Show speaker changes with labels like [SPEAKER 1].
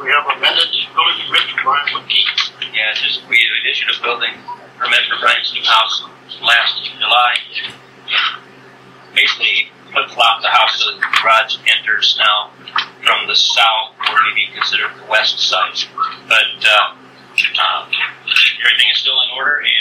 [SPEAKER 1] we have amended the building permit for Brian McKee.
[SPEAKER 2] Yeah, it's just we issued a building permit for Brian's new house last July. Basically, flip flopped the house so the garage enters now from the south, or maybe considered the west side. But uh, uh, um, everything is still in order, uh,